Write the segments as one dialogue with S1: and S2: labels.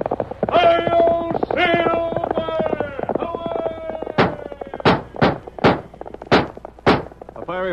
S1: Hail Silver! A fiery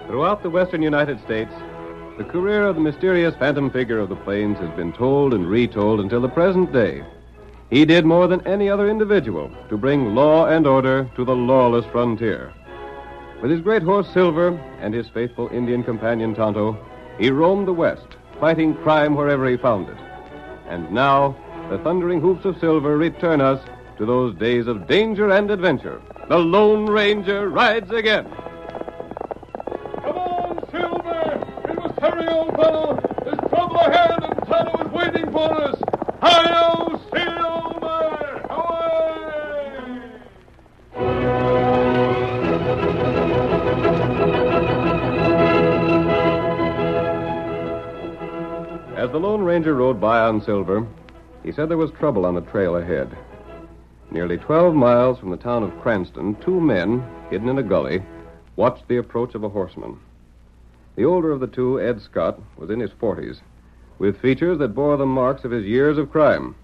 S1: Throughout the western United States, the career of the mysterious phantom figure of the plains has been told and retold until the present day. He did more than any other individual to bring law and order to the lawless frontier. With his great horse Silver and his faithful Indian companion Tonto, he roamed the West, fighting crime wherever he found it. And now, the thundering hoofs of Silver return us to those days of danger and adventure. The Lone Ranger rides again. Come on, Silver! We must hurry, old fellow! There's trouble ahead, and Tonto is waiting for us! Hi-yo, Silver! Away! As the Lone Ranger rode by on Silver, he said there was trouble on the trail ahead. Nearly 12 miles from the town of Cranston, two men, hidden in a gully, watched the approach of a horseman. The older of the two, Ed Scott, was in his 40s, with features that bore the marks of his years of crime.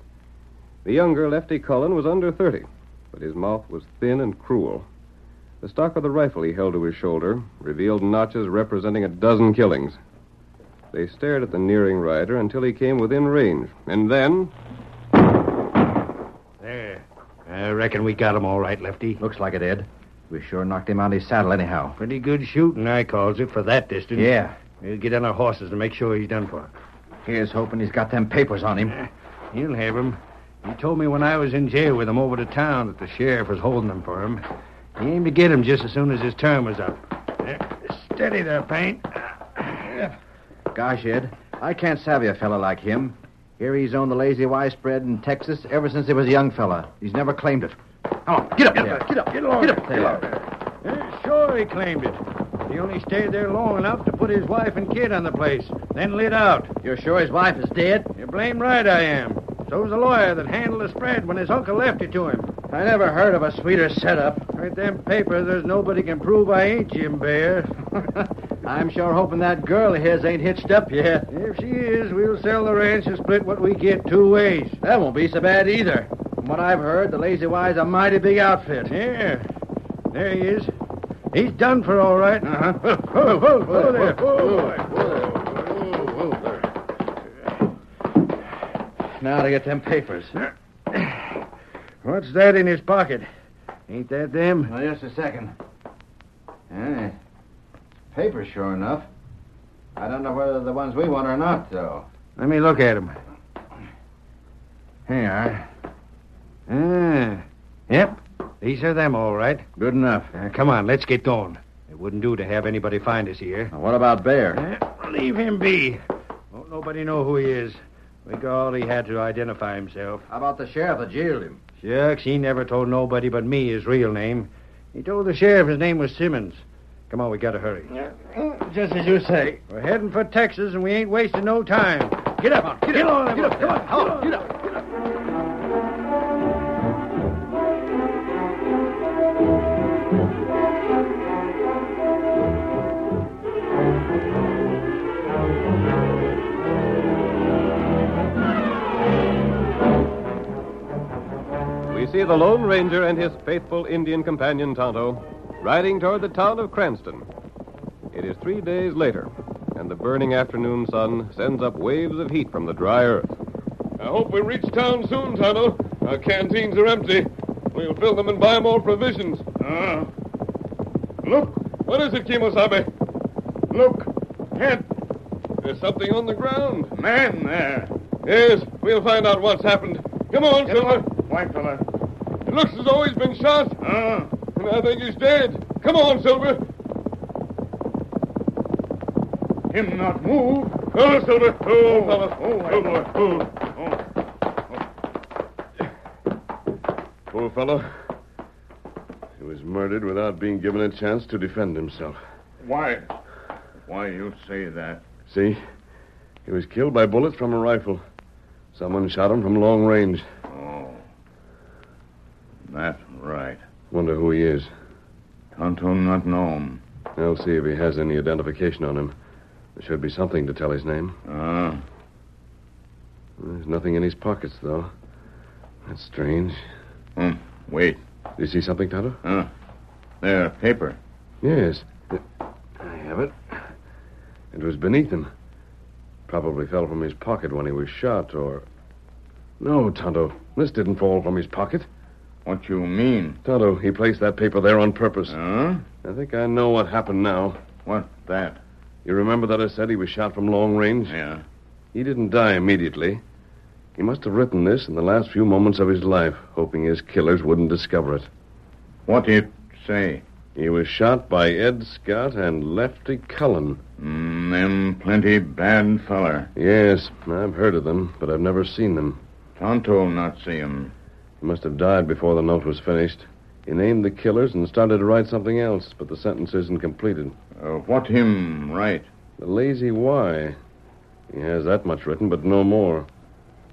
S1: The younger, Lefty Cullen, was under 30, but his mouth was thin and cruel. The stock of the rifle he held to his shoulder revealed notches representing a dozen killings. They stared at the nearing rider until he came within range, and then.
S2: There. I reckon we got him all right, Lefty.
S3: Looks like it, Ed. We sure knocked him out of his saddle, anyhow.
S2: Pretty good shooting, I calls it, for that distance.
S3: Yeah.
S2: We'll get on our horses and make sure he's done for.
S3: Here's hoping he's got them papers on him.
S2: He'll have him. He told me when I was in jail with him over to town that the sheriff was holding them for him. He aimed to get him just as soon as his term was up. There. Steady there, Paint.
S3: Gosh, Ed, I can't savvy a fella like him. Here he's owned the lazy Y spread in Texas ever since he was a young fella. He's never claimed it. Come on, get up, there.
S2: Get up, get along.
S3: Get up, Taylor.
S2: Yeah, sure, he claimed it. He only stayed there long enough to put his wife and kid on the place, then lit out.
S3: You're sure his wife is dead?
S2: You're blame right I am. So's the lawyer that handled the spread when his uncle left it to him.
S3: I never heard of a sweeter setup.
S2: Right them papers, there's nobody can prove I ain't Jim Bear.
S3: I'm sure hoping that girl of his ain't hitched up yet.
S2: if she is, we'll sell the ranch and split what we get two ways.
S3: That won't be so bad either. From what I've heard, the Lazy Y's a mighty big outfit.
S2: Yeah. There he is. He's done for all right.
S3: Uh-huh.
S2: Whoa, whoa, whoa, whoa there.
S3: Now to get them papers.
S2: What's that in his pocket? Ain't that them?
S3: Now, just a second. Yeah. Paper, Eh, sure enough.
S4: I don't know whether the ones we want or not, though.
S2: Let me look at them. Here you are. Ah, yep. These are them, all right.
S4: Good enough.
S2: Uh, come on, let's get going. It wouldn't do to have anybody find us here.
S4: Now, what about Bear?
S2: Eh, leave him be. Won't nobody know who he is. We got all he had to identify himself.
S4: How about the sheriff that jailed him?
S2: Shucks, he never told nobody but me his real name. He told the sheriff his name was Simmons. Come on, we gotta hurry.
S4: Just as you say.
S2: We're heading for Texas, and we ain't wasting no time. Get up, on, get, get on, get up, come on, come on, get up.
S5: We see the Lone Ranger and his faithful Indian companion Tonto riding toward the town of Cranston. It is three days later, and the burning afternoon sun sends up waves of heat from the dry earth. I hope we reach town soon, Tonto. Our canteens are empty. We'll fill them and buy more provisions. Ah. look! What is it, Kimosabe? Look! Head! There's something on the ground. Man there. Yes, we'll find out what's happened. Come on, Silver. White fella. It looks as though he's been shot. Ah. And I think he's dead. Come on, Silver. Him not move. Oh, Silver. Oh, fella. Oh, Silver. Oh.
S1: Poor fellow. He was murdered without being given a chance to defend himself.
S3: Why? Why you say that?
S1: See? He was killed by bullets from a rifle. Someone shot him from long range.
S3: Oh. That right.
S1: Wonder who he is.
S3: Tonto not known.
S1: I'll see if he has any identification on him. There should be something to tell his name.
S3: Ah.
S1: There's nothing in his pockets, though. That's strange.
S3: Hmm. Wait.
S1: Do you see something, Tonto?
S3: Ah. There, paper.
S1: Yes. I have it. It was beneath him. Probably fell from his pocket when he was shot, or. No, Tonto. This didn't fall from his pocket.
S3: What you mean?
S1: Tonto, he placed that paper there on purpose.
S3: Huh?
S1: I think I know what happened now.
S3: What that?
S1: You remember that I said he was shot from long range?
S3: Yeah.
S1: He didn't die immediately. He must have written this in the last few moments of his life, hoping his killers wouldn't discover it.
S3: What it say?
S1: He was shot by Ed Scott and Lefty Cullen.
S3: Mm, them plenty bad feller.
S1: Yes, I've heard of them, but I've never seen them.
S3: Tonto not see him.
S1: He must have died before the note was finished. He named the killers and started to write something else, but the sentence isn't completed.
S3: Uh, what him right?
S1: The lazy Y. He has that much written, but no more.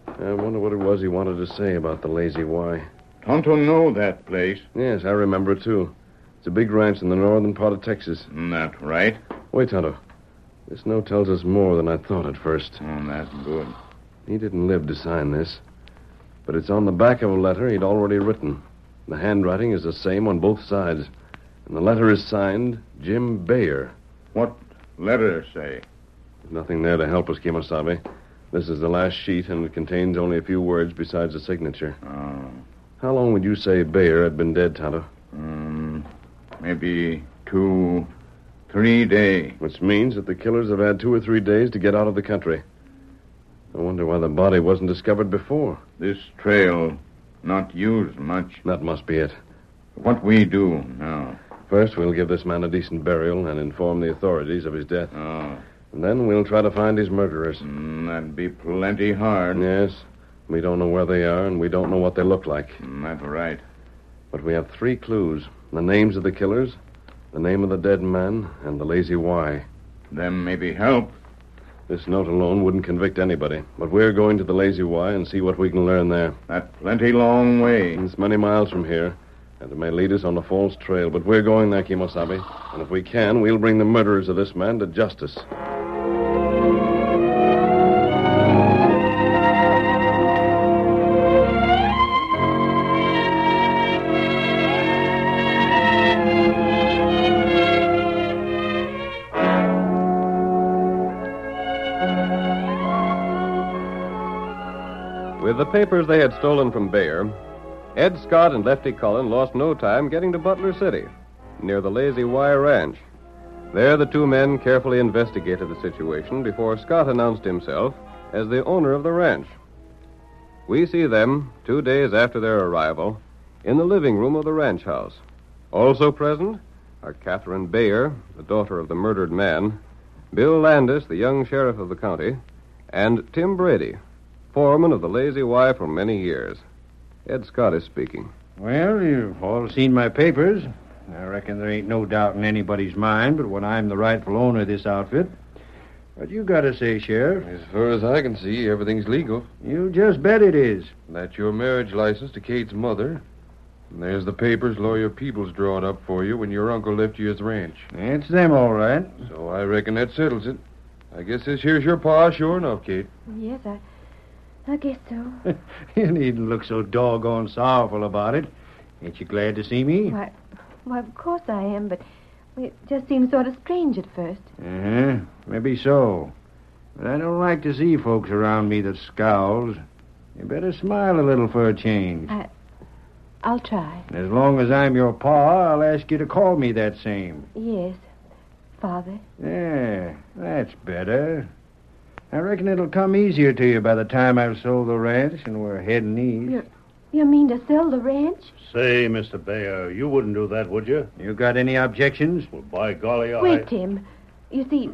S1: I wonder what it was he wanted to say about the lazy Y.
S3: Tonto know that place.
S1: Yes, I remember it, too. It's a big ranch in the northern part of Texas.
S3: Mm, That right?
S1: Wait, Tonto. This note tells us more than I thought at first.
S3: Mm, that good.
S1: He didn't live to sign this, but it's on the back of a letter he'd already written. The handwriting is the same on both sides, and the letter is signed Jim Bayer.
S3: What letter say?
S1: There's Nothing there to help us, Kimosabe. This is the last sheet, and it contains only a few words besides the signature.
S3: Oh.
S1: How long would you say Bayer had been dead, Tonto?
S3: Um, maybe two, three day.
S1: Which means that the killers have had two or three days to get out of the country. I wonder why the body wasn't discovered before.
S3: This trail not used much.
S1: That must be it.
S3: What we do now?
S1: First, we'll give this man a decent burial and inform the authorities of his death.
S3: Oh,
S1: And then we'll try to find his murderers.
S3: mm, that'd be plenty hard.
S1: Yes, we don't know where they are, and we don't know what they look like.
S3: Mm, That right.
S1: But we have three clues the names of the killers, the name of the dead man, and the lazy Y.
S3: Them maybe help.
S1: This note alone wouldn't convict anybody, but we're going to the Lazy Y and see what we can learn there.
S3: That plenty long way.
S1: It's many miles from here, and it may lead us on a false trail, but we're going there, Kimosabe. And if we can, we'll bring the murderers of this man to justice.
S5: With the papers they had stolen from Bayer, Ed Scott and Lefty Cullen lost no time getting to Butler City, near the Lazy Y Ranch.
S1: There, the two men carefully investigated the situation before Scott announced himself as the owner of the ranch. We see them, two days after their arrival, in the living room of the ranch house. Also present are Catherine Bayer, the daughter of the murdered man, Bill Landis, the young sheriff of the county, and Tim Brady, foreman of the Lazy Y for many years. Ed Scott is speaking.
S2: Well, you've all seen my papers. I reckon there ain't no doubt in anybody's mind but when I'm the rightful owner of this outfit. But you gotta say, Sheriff,
S6: As far as I can see, everything's legal.
S2: you just bet it is.
S6: That's your marriage license to Kate's mother. And there's the papers lawyer Peebles drawed up for you when your uncle left you his ranch.
S2: It's them, all right.
S6: So I reckon that settles it. I guess this here's your pa, sure enough, Kate.
S7: Yes, I. I guess so.
S2: You needn't look so doggone sorrowful about it. Ain't you glad to see me?
S7: Why, why, of course I am, but it just seems sort of strange at first.
S2: Uh-huh. Maybe so. But I don't like to see folks around me that scowls. You better smile a little for a change.
S7: I'll try.
S2: And as long as I'm your pa, I'll ask you to call me that same.
S7: Yes, Father.
S2: Yeah, that's better. I reckon it'll come easier to you by the time I've sold the ranch and we're heading east.
S7: Yeah. You mean to sell the ranch?
S8: Say, Mr. Bayer, you wouldn't do that, would you?
S2: You got any objections?
S8: Well, by golly, I.
S7: Wait, Tim. You see,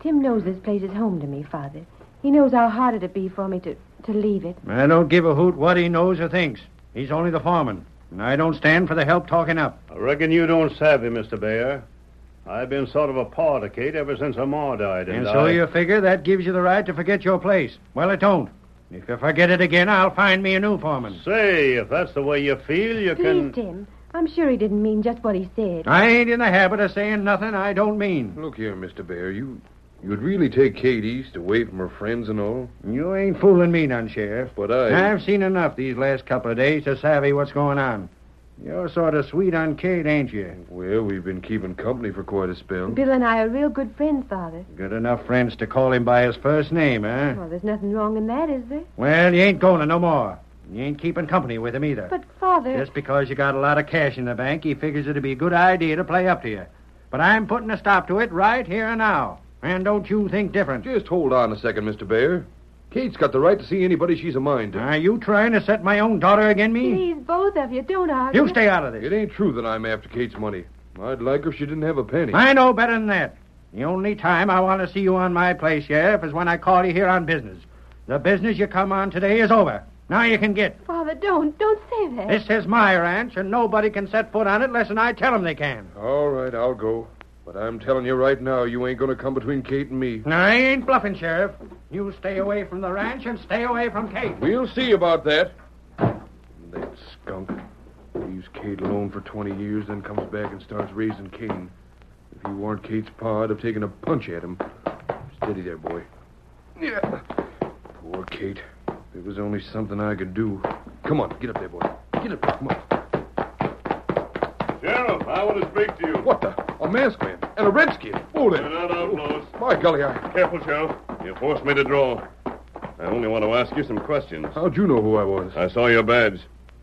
S7: Tim knows this place is home to me, Father. He knows how hard it'd be for me to, to leave it.
S2: I don't give a hoot what he knows or thinks. He's only the foreman, and I don't stand for the help talking up.
S8: I reckon you don't savvy, Mr. Bayer. I've been sort of a paw to Kate ever since her ma died, and,
S2: And so
S8: I-
S2: you figure that gives you the right to forget your place. Well, it don't. If you forget it again, I'll find me a new foreman.
S8: Say, if that's the way you feel, you can.
S7: Please, Tim. I'm sure he didn't mean just what he said.
S2: I ain't in the habit of saying nothing I don't mean.
S6: Look here, Mr. Bear, you you'd really take Kate East away from her friends and all?
S2: You ain't fooling me none, Sheriff.
S6: But I
S2: I've seen enough these last couple of days to savvy what's going on. You're sort of sweet on Kate, ain't you?
S6: Well, we've been keeping company for quite a spell.
S7: Bill and I are real good friends, Father.
S2: Good enough friends to call him by his first name, eh?
S7: Well, there's nothing wrong in that, is there?
S2: Well, you ain't going no more. You ain't keeping company with him either.
S7: But, uh, Father.
S2: Just because you got a lot of cash in the bank, he figures it'd be a good idea to play up to you. But I'm putting a stop to it right here and now. And don't you think different.
S6: Just hold on a second, Mr. Bear. Kate's got the right to see anybody she's a mind to.
S2: Are you trying to set my own daughter against me?
S7: Please, both of you, don't argue.
S2: You stay out of this.
S6: It ain't true that I'm after Kate's money. I'd like her if she didn't have a penny.
S2: I know better than that. The only time I want to see you on my place, Sheriff, is when I call you here on business. The business you come on today is over. Now you can get.
S7: Father, don't. Don't say that.
S2: This is my ranch, and nobody can set foot on it less than I tell them they can.
S6: All right, I'll go. But I'm telling you right now, you ain't going to come between Kate and me.
S2: Now, I ain't bluffing, Sheriff. You stay away from the ranch and stay away from Kate.
S6: We'll see about that. That skunk leaves Kate alone for 20 years, then comes back and starts raising Cain. If he weren't Kate's pa, I'd have taken a punch at him. Steady there, boy. Yeah. Poor Kate. There was only something I could do. Come on, get up there, boy. Get up there, come on.
S8: Sheriff, I want to speak to you.
S6: What the? A masked man and a redskin. Oh,
S8: You're
S6: there.
S8: not outlaws.
S6: My golly, I,
S8: Careful, Sheriff. You forced me to draw. I only want to ask you some questions.
S6: how'd you know who I was?
S8: I saw your badge,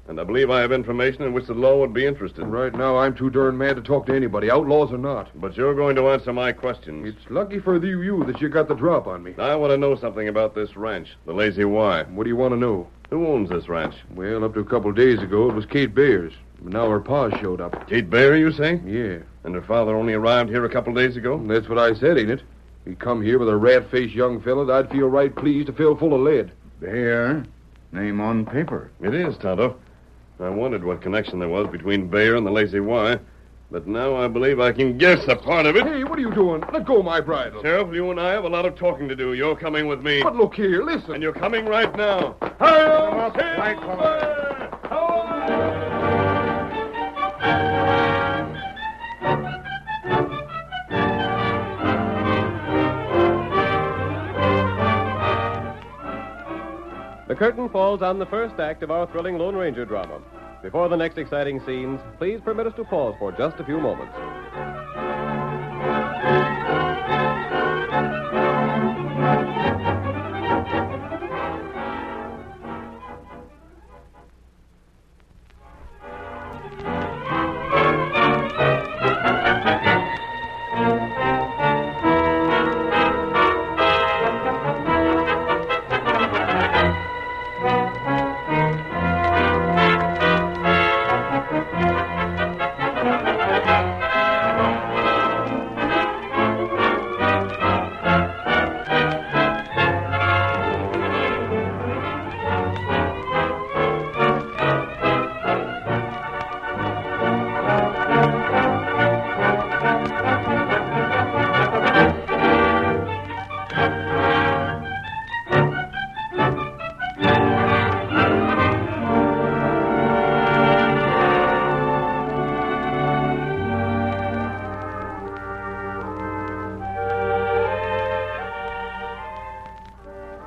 S8: and I believe I have information in which the law would be interested.
S6: Right now, I'm too darn mad to talk to anybody, outlaws or not.
S8: But you're going to answer my questions.
S6: It's lucky for you, you that you got the drop on me.
S8: I want to know something about this ranch, the Lazy Y.
S6: What do you want to know?
S8: Who owns this ranch?
S6: Well, up to a couple of days ago, it was Kate Bears. But now her pa showed up.
S8: Kate Bayer, you say?
S6: Yeah,
S8: And her father only arrived here a couple days ago?
S6: that's what I said, ain't it? He come here with a rat-faced young fella that I'd feel right pleased to fill full of lead.
S9: Bayer, name on paper.
S8: It is, Tonto. I wondered what connection there was between Bayer and the Lazy Y, but now I believe I can guess a part of it.
S6: Hey, what are you doing? Let go of my bridle.
S8: Sheriff, you and I have a lot of talking to do. You're coming with me.
S6: But look here, listen.
S8: And you're coming right now.
S1: The curtain falls on the first act of our thrilling Lone Ranger drama. Before the next exciting scenes, please permit us to pause for just a few moments.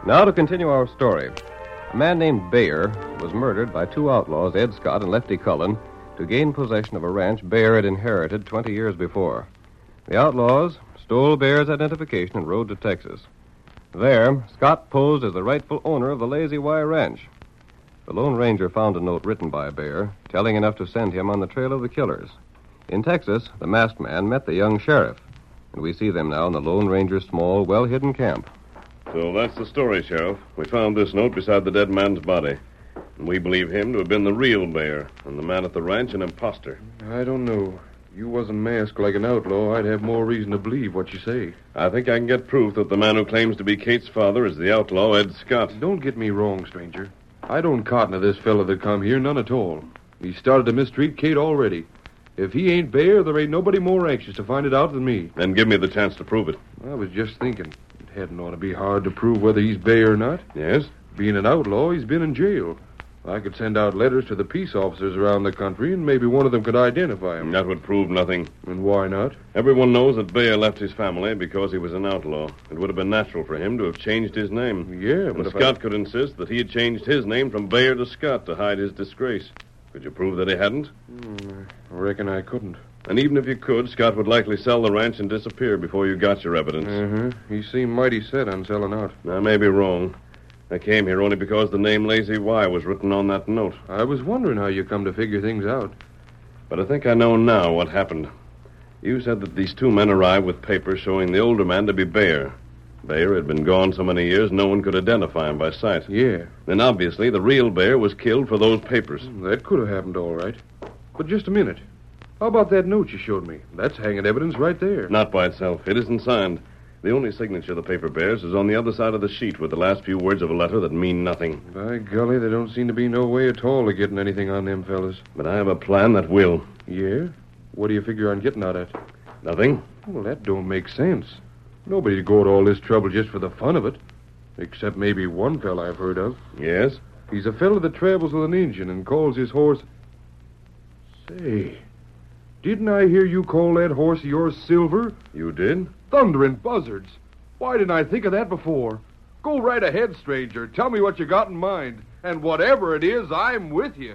S1: Now to continue our story. A man named Bayer was murdered by two outlaws, Ed Scott and Lefty Cullen, to gain possession of a ranch Bayer had inherited 20 years before. The outlaws stole Bayer's identification and rode to Texas. There, Scott posed as the rightful owner of the Lazy Y Ranch. The Lone Ranger found a note written by Bayer, telling enough to send him on the trail of the killers. In Texas, the masked man met the young sheriff, and we see them now in the Lone Ranger's small, well hidden camp.
S8: So that's the story, Sheriff. We found this note beside the dead man's body. And we believe him to have been the real bear, and the man at the ranch an imposter.
S6: I don't know. You wasn't masked like an outlaw. I'd have more reason to believe what you say.
S8: I think I can get proof that the man who claims to be Kate's father is the outlaw, Ed Scott.
S6: Don't get me wrong, stranger. I don't cotton to this fellow that come here, none at all. He's started to mistreat Kate already. If he ain't Bear, there ain't nobody more anxious to find it out than me.
S8: Then give me the chance to prove it.
S6: I was just thinking, it hadn't ought to be hard to prove whether he's Bear or not.
S8: Yes?
S6: Being an outlaw, he's been in jail. I could send out letters to the peace officers around the country, and maybe one of them could identify him.
S8: That would prove nothing.
S6: And why not?
S8: Everyone knows that Bear left his family because he was an outlaw. It would have been natural for him to have changed his name.
S6: Yeah, but
S8: and
S6: if I-
S8: Scott could insist that he had changed his name from Bayer to Scott to hide his disgrace. Could you prove that he hadn't?
S6: I reckon I couldn't.
S8: And even if you could, Scott would likely sell the ranch and disappear before you got your evidence.
S6: Uh-huh. He seemed mighty set on selling out.
S8: I may be wrong. I came here only because the name Lazy Y was written on that note.
S6: I was wondering how you come to figure things out.
S8: But I think I know now what happened. You said that these two men arrived with papers showing the older man to be Bayer. Bayer had been gone so many years no one could identify him by sight.
S6: Yeah.
S8: Then obviously the real Bayer was killed for those papers.
S6: That could have happened all right. But just a minute. How about that note you showed me? That's hanging evidence right there.
S8: Not by itself. It isn't signed. The only signature the paper bears is on the other side of the sheet with the last few words of a letter that mean nothing.
S6: By golly, there don't seem to be no way at all of getting anything on them fellas.
S8: But I have a plan that will.
S6: Yeah? What do you figure on getting out at?
S8: Nothing?
S6: Well, that don't make sense. Nobody'd go to all this trouble just for the fun of it. Except maybe one fella I've heard of.
S8: Yes?
S6: He's a fella that travels with an engine and calls his horse. Say, didn't I hear you call that horse of yours Silver?
S8: You did?
S6: Thundering buzzards. Why didn't I think of that before? Go right ahead, stranger. Tell me what you got in mind. And whatever it is, I'm with you.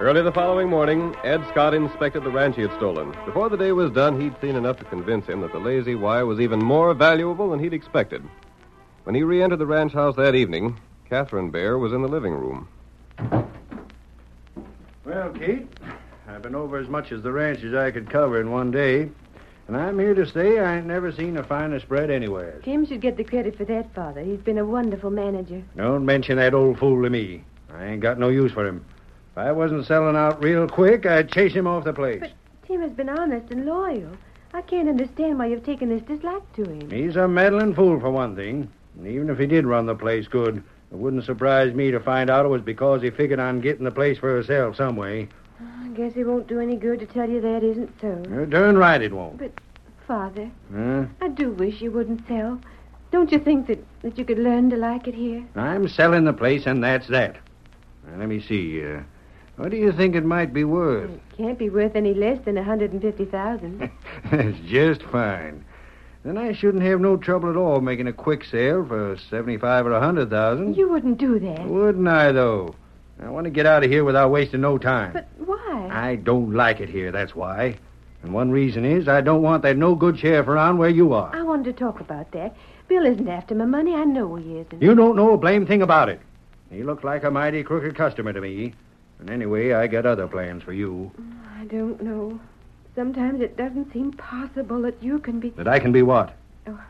S1: Early the following morning, Ed Scott inspected the ranch he had stolen. Before the day was done, he'd seen enough to convince him that the Lazy Y was even more valuable than he'd expected. When he re entered the ranch house that evening, Catherine Bear was in the living room.
S2: Well, Kate, I've been over as much as the ranch as I could cover in one day. And I'm here to say I ain't never seen a finer spread anywhere.
S7: Tim should get the credit for that, Father. He's been a wonderful manager.
S2: Don't mention that old fool to me. I ain't got no use for him. If I wasn't selling out real quick, I'd chase him off the place.
S7: But- Tim has been honest and loyal. I can't understand why you've taken this dislike to him.
S2: He's a meddling fool, for one thing. And even if he did run the place good, it wouldn't surprise me to find out it was because he figured on getting the place for himself some way.
S7: I guess it won't do any good to tell you that isn't so.
S2: You're Uh, darn right it won't. Uh,
S7: Father,
S2: Huh?
S7: I do wish you wouldn't sell. Don't you think that, that you could learn to like it here?
S2: I'm selling the place, and that's that. Now, let me see. Uh, what do you think it might be worth?
S7: It can't be worth any less than a 150000
S2: That's just fine. Then I shouldn't have no trouble at all making a quick sale for seventy-five or a hundred thousand.
S7: You wouldn't do that.
S2: Wouldn't I though? I want to get out of here without wasting no time.
S7: But why?
S2: I don't like it here, that's why. And one reason is I don't want that no good sheriff around where you are.
S7: I wanted to talk about that. Bill isn't after my money. I know he isn't.
S2: You don't know a blame thing about it. He looked like a mighty crooked customer to me. And anyway, I got other plans for you.
S7: I don't know. Sometimes it doesn't seem possible that you can be.
S2: That I can be what?
S7: Oh,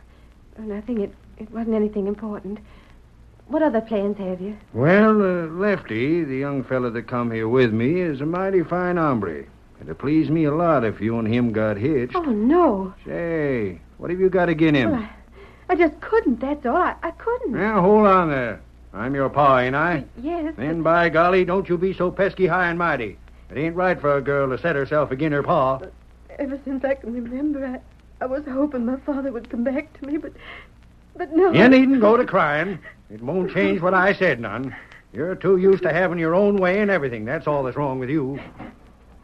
S7: nothing. It, it wasn't anything important. What other plans have you?
S2: Well, uh, Lefty, the young fella that come here with me, is a mighty fine hombre. It'd please me a lot if you and him got hitched.
S7: Oh, no.
S2: Say, what have you got again him?
S7: Well, I just couldn't, that's all. I, I couldn't.
S2: Now, hold on there. I'm your pa, ain't I?
S7: Yes.
S2: Then, by golly, don't you be so pesky high and mighty. It ain't right for a girl to set herself agin her pa.
S7: Ever since I can remember, I, I was hoping my father would come back to me, but but no.
S2: You needn't go to crying. It won't change what I said, none. You're too used to having your own way and everything. That's all that's wrong with you.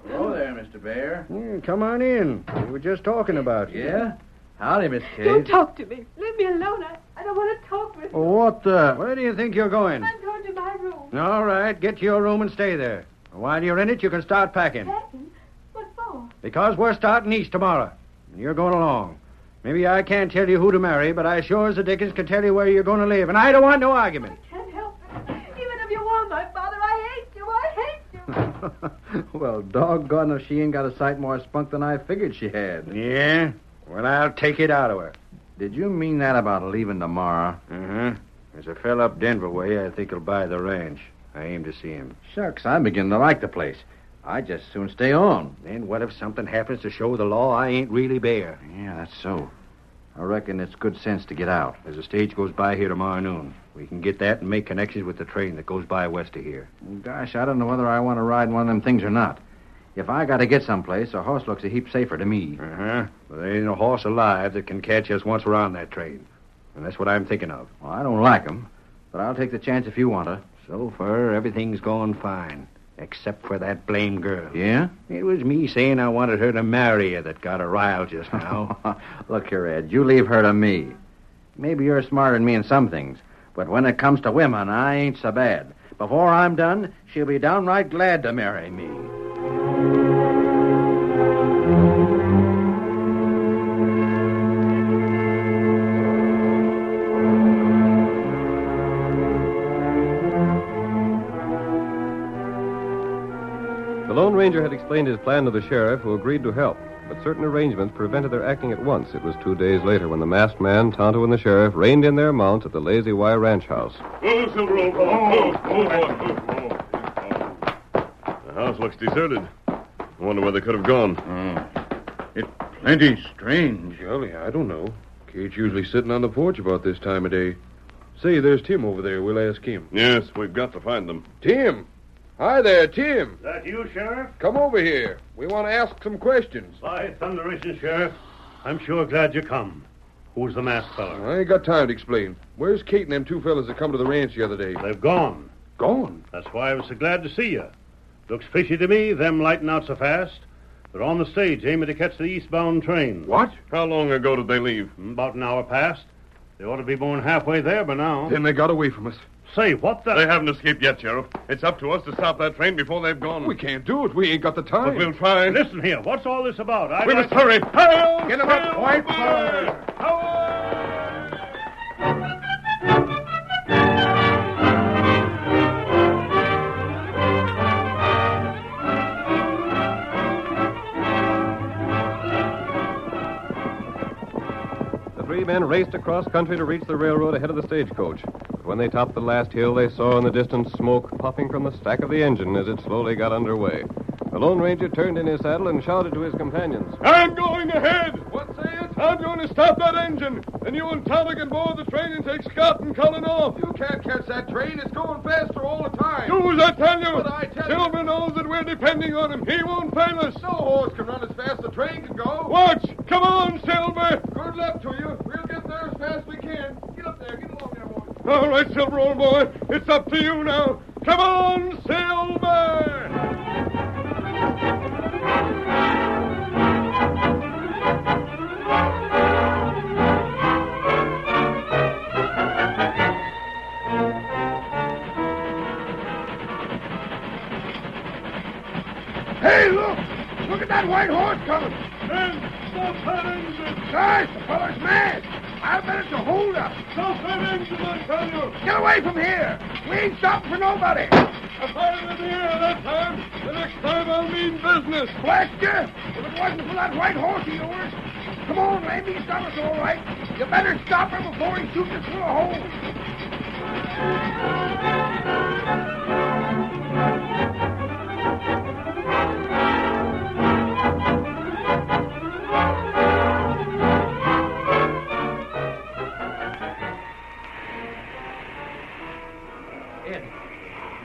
S3: Hello there, Mr. Bear.
S2: Hmm, come on in. We were just talking about you.
S3: Yeah? Howdy, Miss Kate.
S10: Don't talk to me. Leave me alone. I, I don't want to talk with you.
S2: Well, what the? Where do you think you're going?
S10: I'm going to my room.
S2: All right, get to your room and stay there. While you're in it, you can start packing.
S10: Packing? What for?
S2: Because we're starting east tomorrow. And you're going along. Maybe I can't tell you who to marry, but I sure as the dickens can tell you where you're going to live. And I don't want no
S10: I
S2: argument.
S10: can't help it. Even if you were my father, I hate you. I hate you.
S3: well, doggone if she ain't got a sight more spunk than I figured she had.
S2: Yeah? Well, I'll take it out of her.
S3: Did you mean that about leaving tomorrow?
S2: Uh-huh. There's a fella up Denver way I think he'll buy the ranch. I aim to see him.
S3: Shucks, I'm beginning to like the place. I just soon stay on.
S2: Then what if something happens to show the law I ain't really Bear?
S3: Yeah, that's so. I reckon it's good sense to get out.
S2: There's a stage goes by here tomorrow noon. We can get that and make connections with the train that goes by west of here.
S3: Gosh, I don't know whether I want to ride one of them things or not. If I got to get someplace, a horse looks a heap safer to me.
S2: Uh-huh. But there ain't a horse alive that can catch us once we're on that train. And that's what I'm thinking of.
S3: Well, I don't like 'em, but I'll take the chance if you want to.
S2: So far, everything's gone fine. Except for that blame girl.
S3: Yeah?
S2: It was me saying I wanted her to marry you that got her riled just now.
S3: Look here, Ed, you leave her to me. Maybe you're smarter than me in some things, but when it comes to women, I ain't so bad. Before I'm done, she'll be downright glad to marry me.
S1: The Lone Ranger had explained his plan to the sheriff, who agreed to help, but certain arrangements prevented their acting at once. It was two days later when the masked man, Tonto, and the sheriff reined in their mounts at the Lazy Y Ranch house.
S8: Move, Silver, old fellow. Move, move on, move, move. The house looks deserted. I wonder where they could have gone.
S9: It's plenty strange.
S6: Golly, I don't know. Kate's usually sitting on the porch about this time of day. Say, there's Tim over there. We'll ask him.
S8: Yes, we've got to find them.
S6: Tim! Hi there, Tim.
S11: That you, Sheriff?
S6: Come over here. We want to ask some questions.
S11: By thunderation, Sheriff. I'm sure glad you come. Who's the masked fellow?
S6: I ain't got time to explain. Where's Kate and them two fellas that come to the ranch the other day?
S11: They've gone.
S6: Gone.
S11: That's why I was so glad to see you. Looks fishy to me, them lighting out so fast. They're on the stage, aiming to catch the eastbound train. Mm,
S6: What?
S8: How long ago did they leave?
S11: About an hour past. They ought to be born halfway there by now.
S6: Then they got away from us.
S11: Say, what the...
S8: They haven't escaped yet, Sheriff. It's up to us to stop that train before they've gone.
S6: We can't do it. We ain't got the time.
S8: But we'll try.
S11: Listen here, what's all this about? I...
S8: We must hurry.
S6: Get 'em up, white fire.
S1: The three men raced across country to reach the railroad ahead of the stagecoach. But when they topped the last hill, they saw in the distance smoke puffing from the stack of the engine as it slowly got underway. The Lone Ranger turned in his saddle and shouted to his companions.
S8: I'm going ahead. What say it? I'm going to stop that engine. And you and Tonto can board the train and take Scott and Cullen off.
S6: You can't catch that train. It's going faster all the time.
S8: Do as I tell you.
S6: But I tell you-
S8: Silver knows that we're depending on him. He won't fail us.
S6: No horse can run as fast as the train can go.
S8: Watch. Come on, Silver.
S6: Good luck to you. We'll get there as fast as we can. Get up there. Get along there, boy.
S8: All right, Silver, old boy. It's up to you now. Come on, Silver.
S6: Hey, look. Look at that white horse coming.
S8: Men, stop that engine.
S6: Gosh, the fellow's mad. I bet it's a holdup.
S8: Stop that engine, I tell you.
S6: Get away from here. We ain't stopping for nobody.
S8: A fire in the air that time. The next time I'll mean business.
S6: Blast you. If it wasn't for that white horse of yours. Come on, let me stop us all right. You better stop him before he shoots us through a hole.
S3: Ed,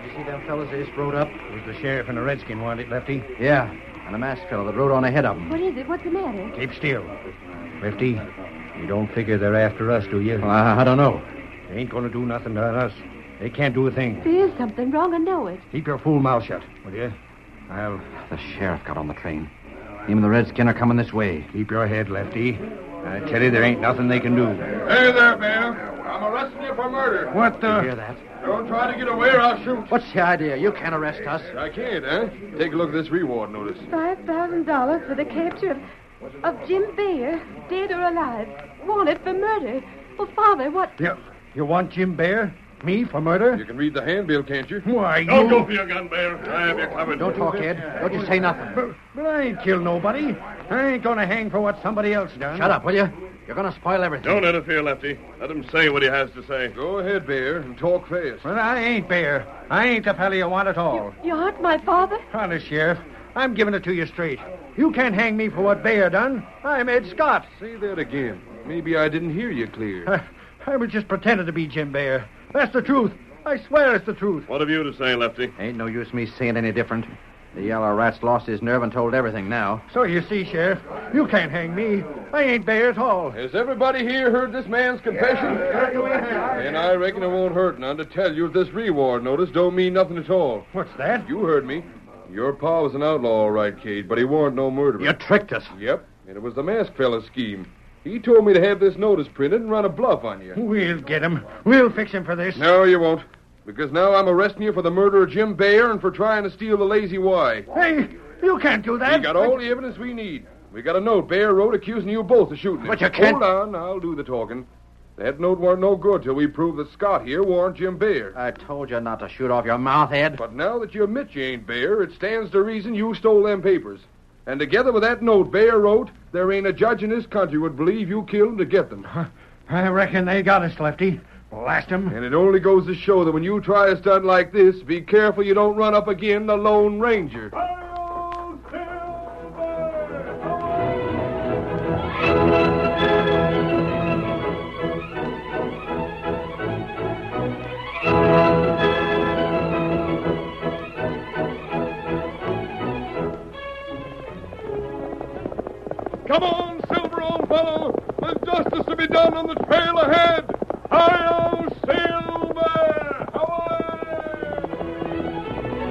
S2: You see them fellas they just rode up? It was the sheriff and the redskin, weren't it, Lefty?
S3: Yeah, and a masked fellow that rode on ahead of 'em.
S7: What is it? What's the matter?
S2: Keep still. Lefty, you don't figure they're after us, do you?
S3: Well, I, I don't know.
S2: They ain't gonna do nothing to us. They can't do a thing.
S7: There is something wrong. I know it.
S2: Keep your fool mouth shut, will you? I'll.
S3: The sheriff got on the train. Him and the redskin are coming this way.
S2: Keep your head, Lefty. I tell you, there ain't nothing they can do.
S6: Hey there, man. I'm arresting you for murder.
S2: What the?
S3: Hear that?
S6: Don't try to get away or I'll shoot.
S3: What's the idea? You can't arrest us.
S6: I can't, huh? Take a look at this reward notice.
S7: Five thousand dollars for the capture of, of Jim Bayer, dead or alive, wanted for murder. Well, Father, what?
S2: You, you want Jim Bear? Me for murder?
S6: You can read the handbill, can't you?
S2: Why, you...
S11: Don't go for your gun, Bear. I have you covered.
S3: Don't talk, Ed. Don't you say nothing.
S2: But, but I ain't killed nobody. I ain't gonna hang for what somebody else done.
S3: Shut up, will you? You're going to spoil everything.
S8: Don't interfere, Lefty. Let him say what he has to say.
S6: Go ahead, Bear, and talk fast.
S2: Well, I ain't Bear. I ain't the pally you want at all.
S7: You aren't my father?
S2: Honest, Sheriff, I'm giving it to you straight. You can't hang me for what Bear done. I'm Ed Scott.
S6: Say that again. Maybe I didn't hear you clear.
S2: I, I was just pretending to be Jim Bear. That's the truth. I swear it's the truth.
S8: What have you to say, Lefty?
S3: Ain't no use me saying any different. The yellow rat's lost his nerve and told everything now.
S2: So you see, Sheriff, you can't hang me. I ain't Bear at all.
S6: Has everybody here heard this man's confession? And I reckon it won't hurt none to tell you this reward notice don't mean nothing at all.
S2: What's that?
S6: You heard me. Your pa was an outlaw, all right, Cade, but he warn't no murderer.
S3: You tricked us.
S6: Yep, and it was the masked fella's scheme. He told me to have this notice printed and run a bluff on you.
S2: We'll get him. We'll fix him for this.
S6: No, you won't. Because now I'm arresting you for the murder of Jim Bayer and for trying to steal the lazy Y.
S2: Hey, you can't do that.
S6: We got all the evidence we need. We got a note Bayer wrote accusing you both of shooting him.
S2: But you can't-
S6: Hold on, I'll do the talking. That note weren't no good till we prove that Scott here warn't Jim Bayer.
S2: Uh.
S3: I told you not to shoot off your mouth, Ed.
S6: But now that you admit you ain't Bayer, it stands to reason you stole them papers. And together with that note Bayer wrote, there ain't a judge in this country would believe you killed him to get them.
S2: I reckon they got us, Lefty. Blast him.
S6: And it only goes to show that when you try a stunt like this, be careful you don't run up again the Lone Ranger. Come on, Silver, old fellow. There's justice to be done on the trail ahead. Hi-yo, Silver! Away!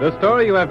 S1: The story you have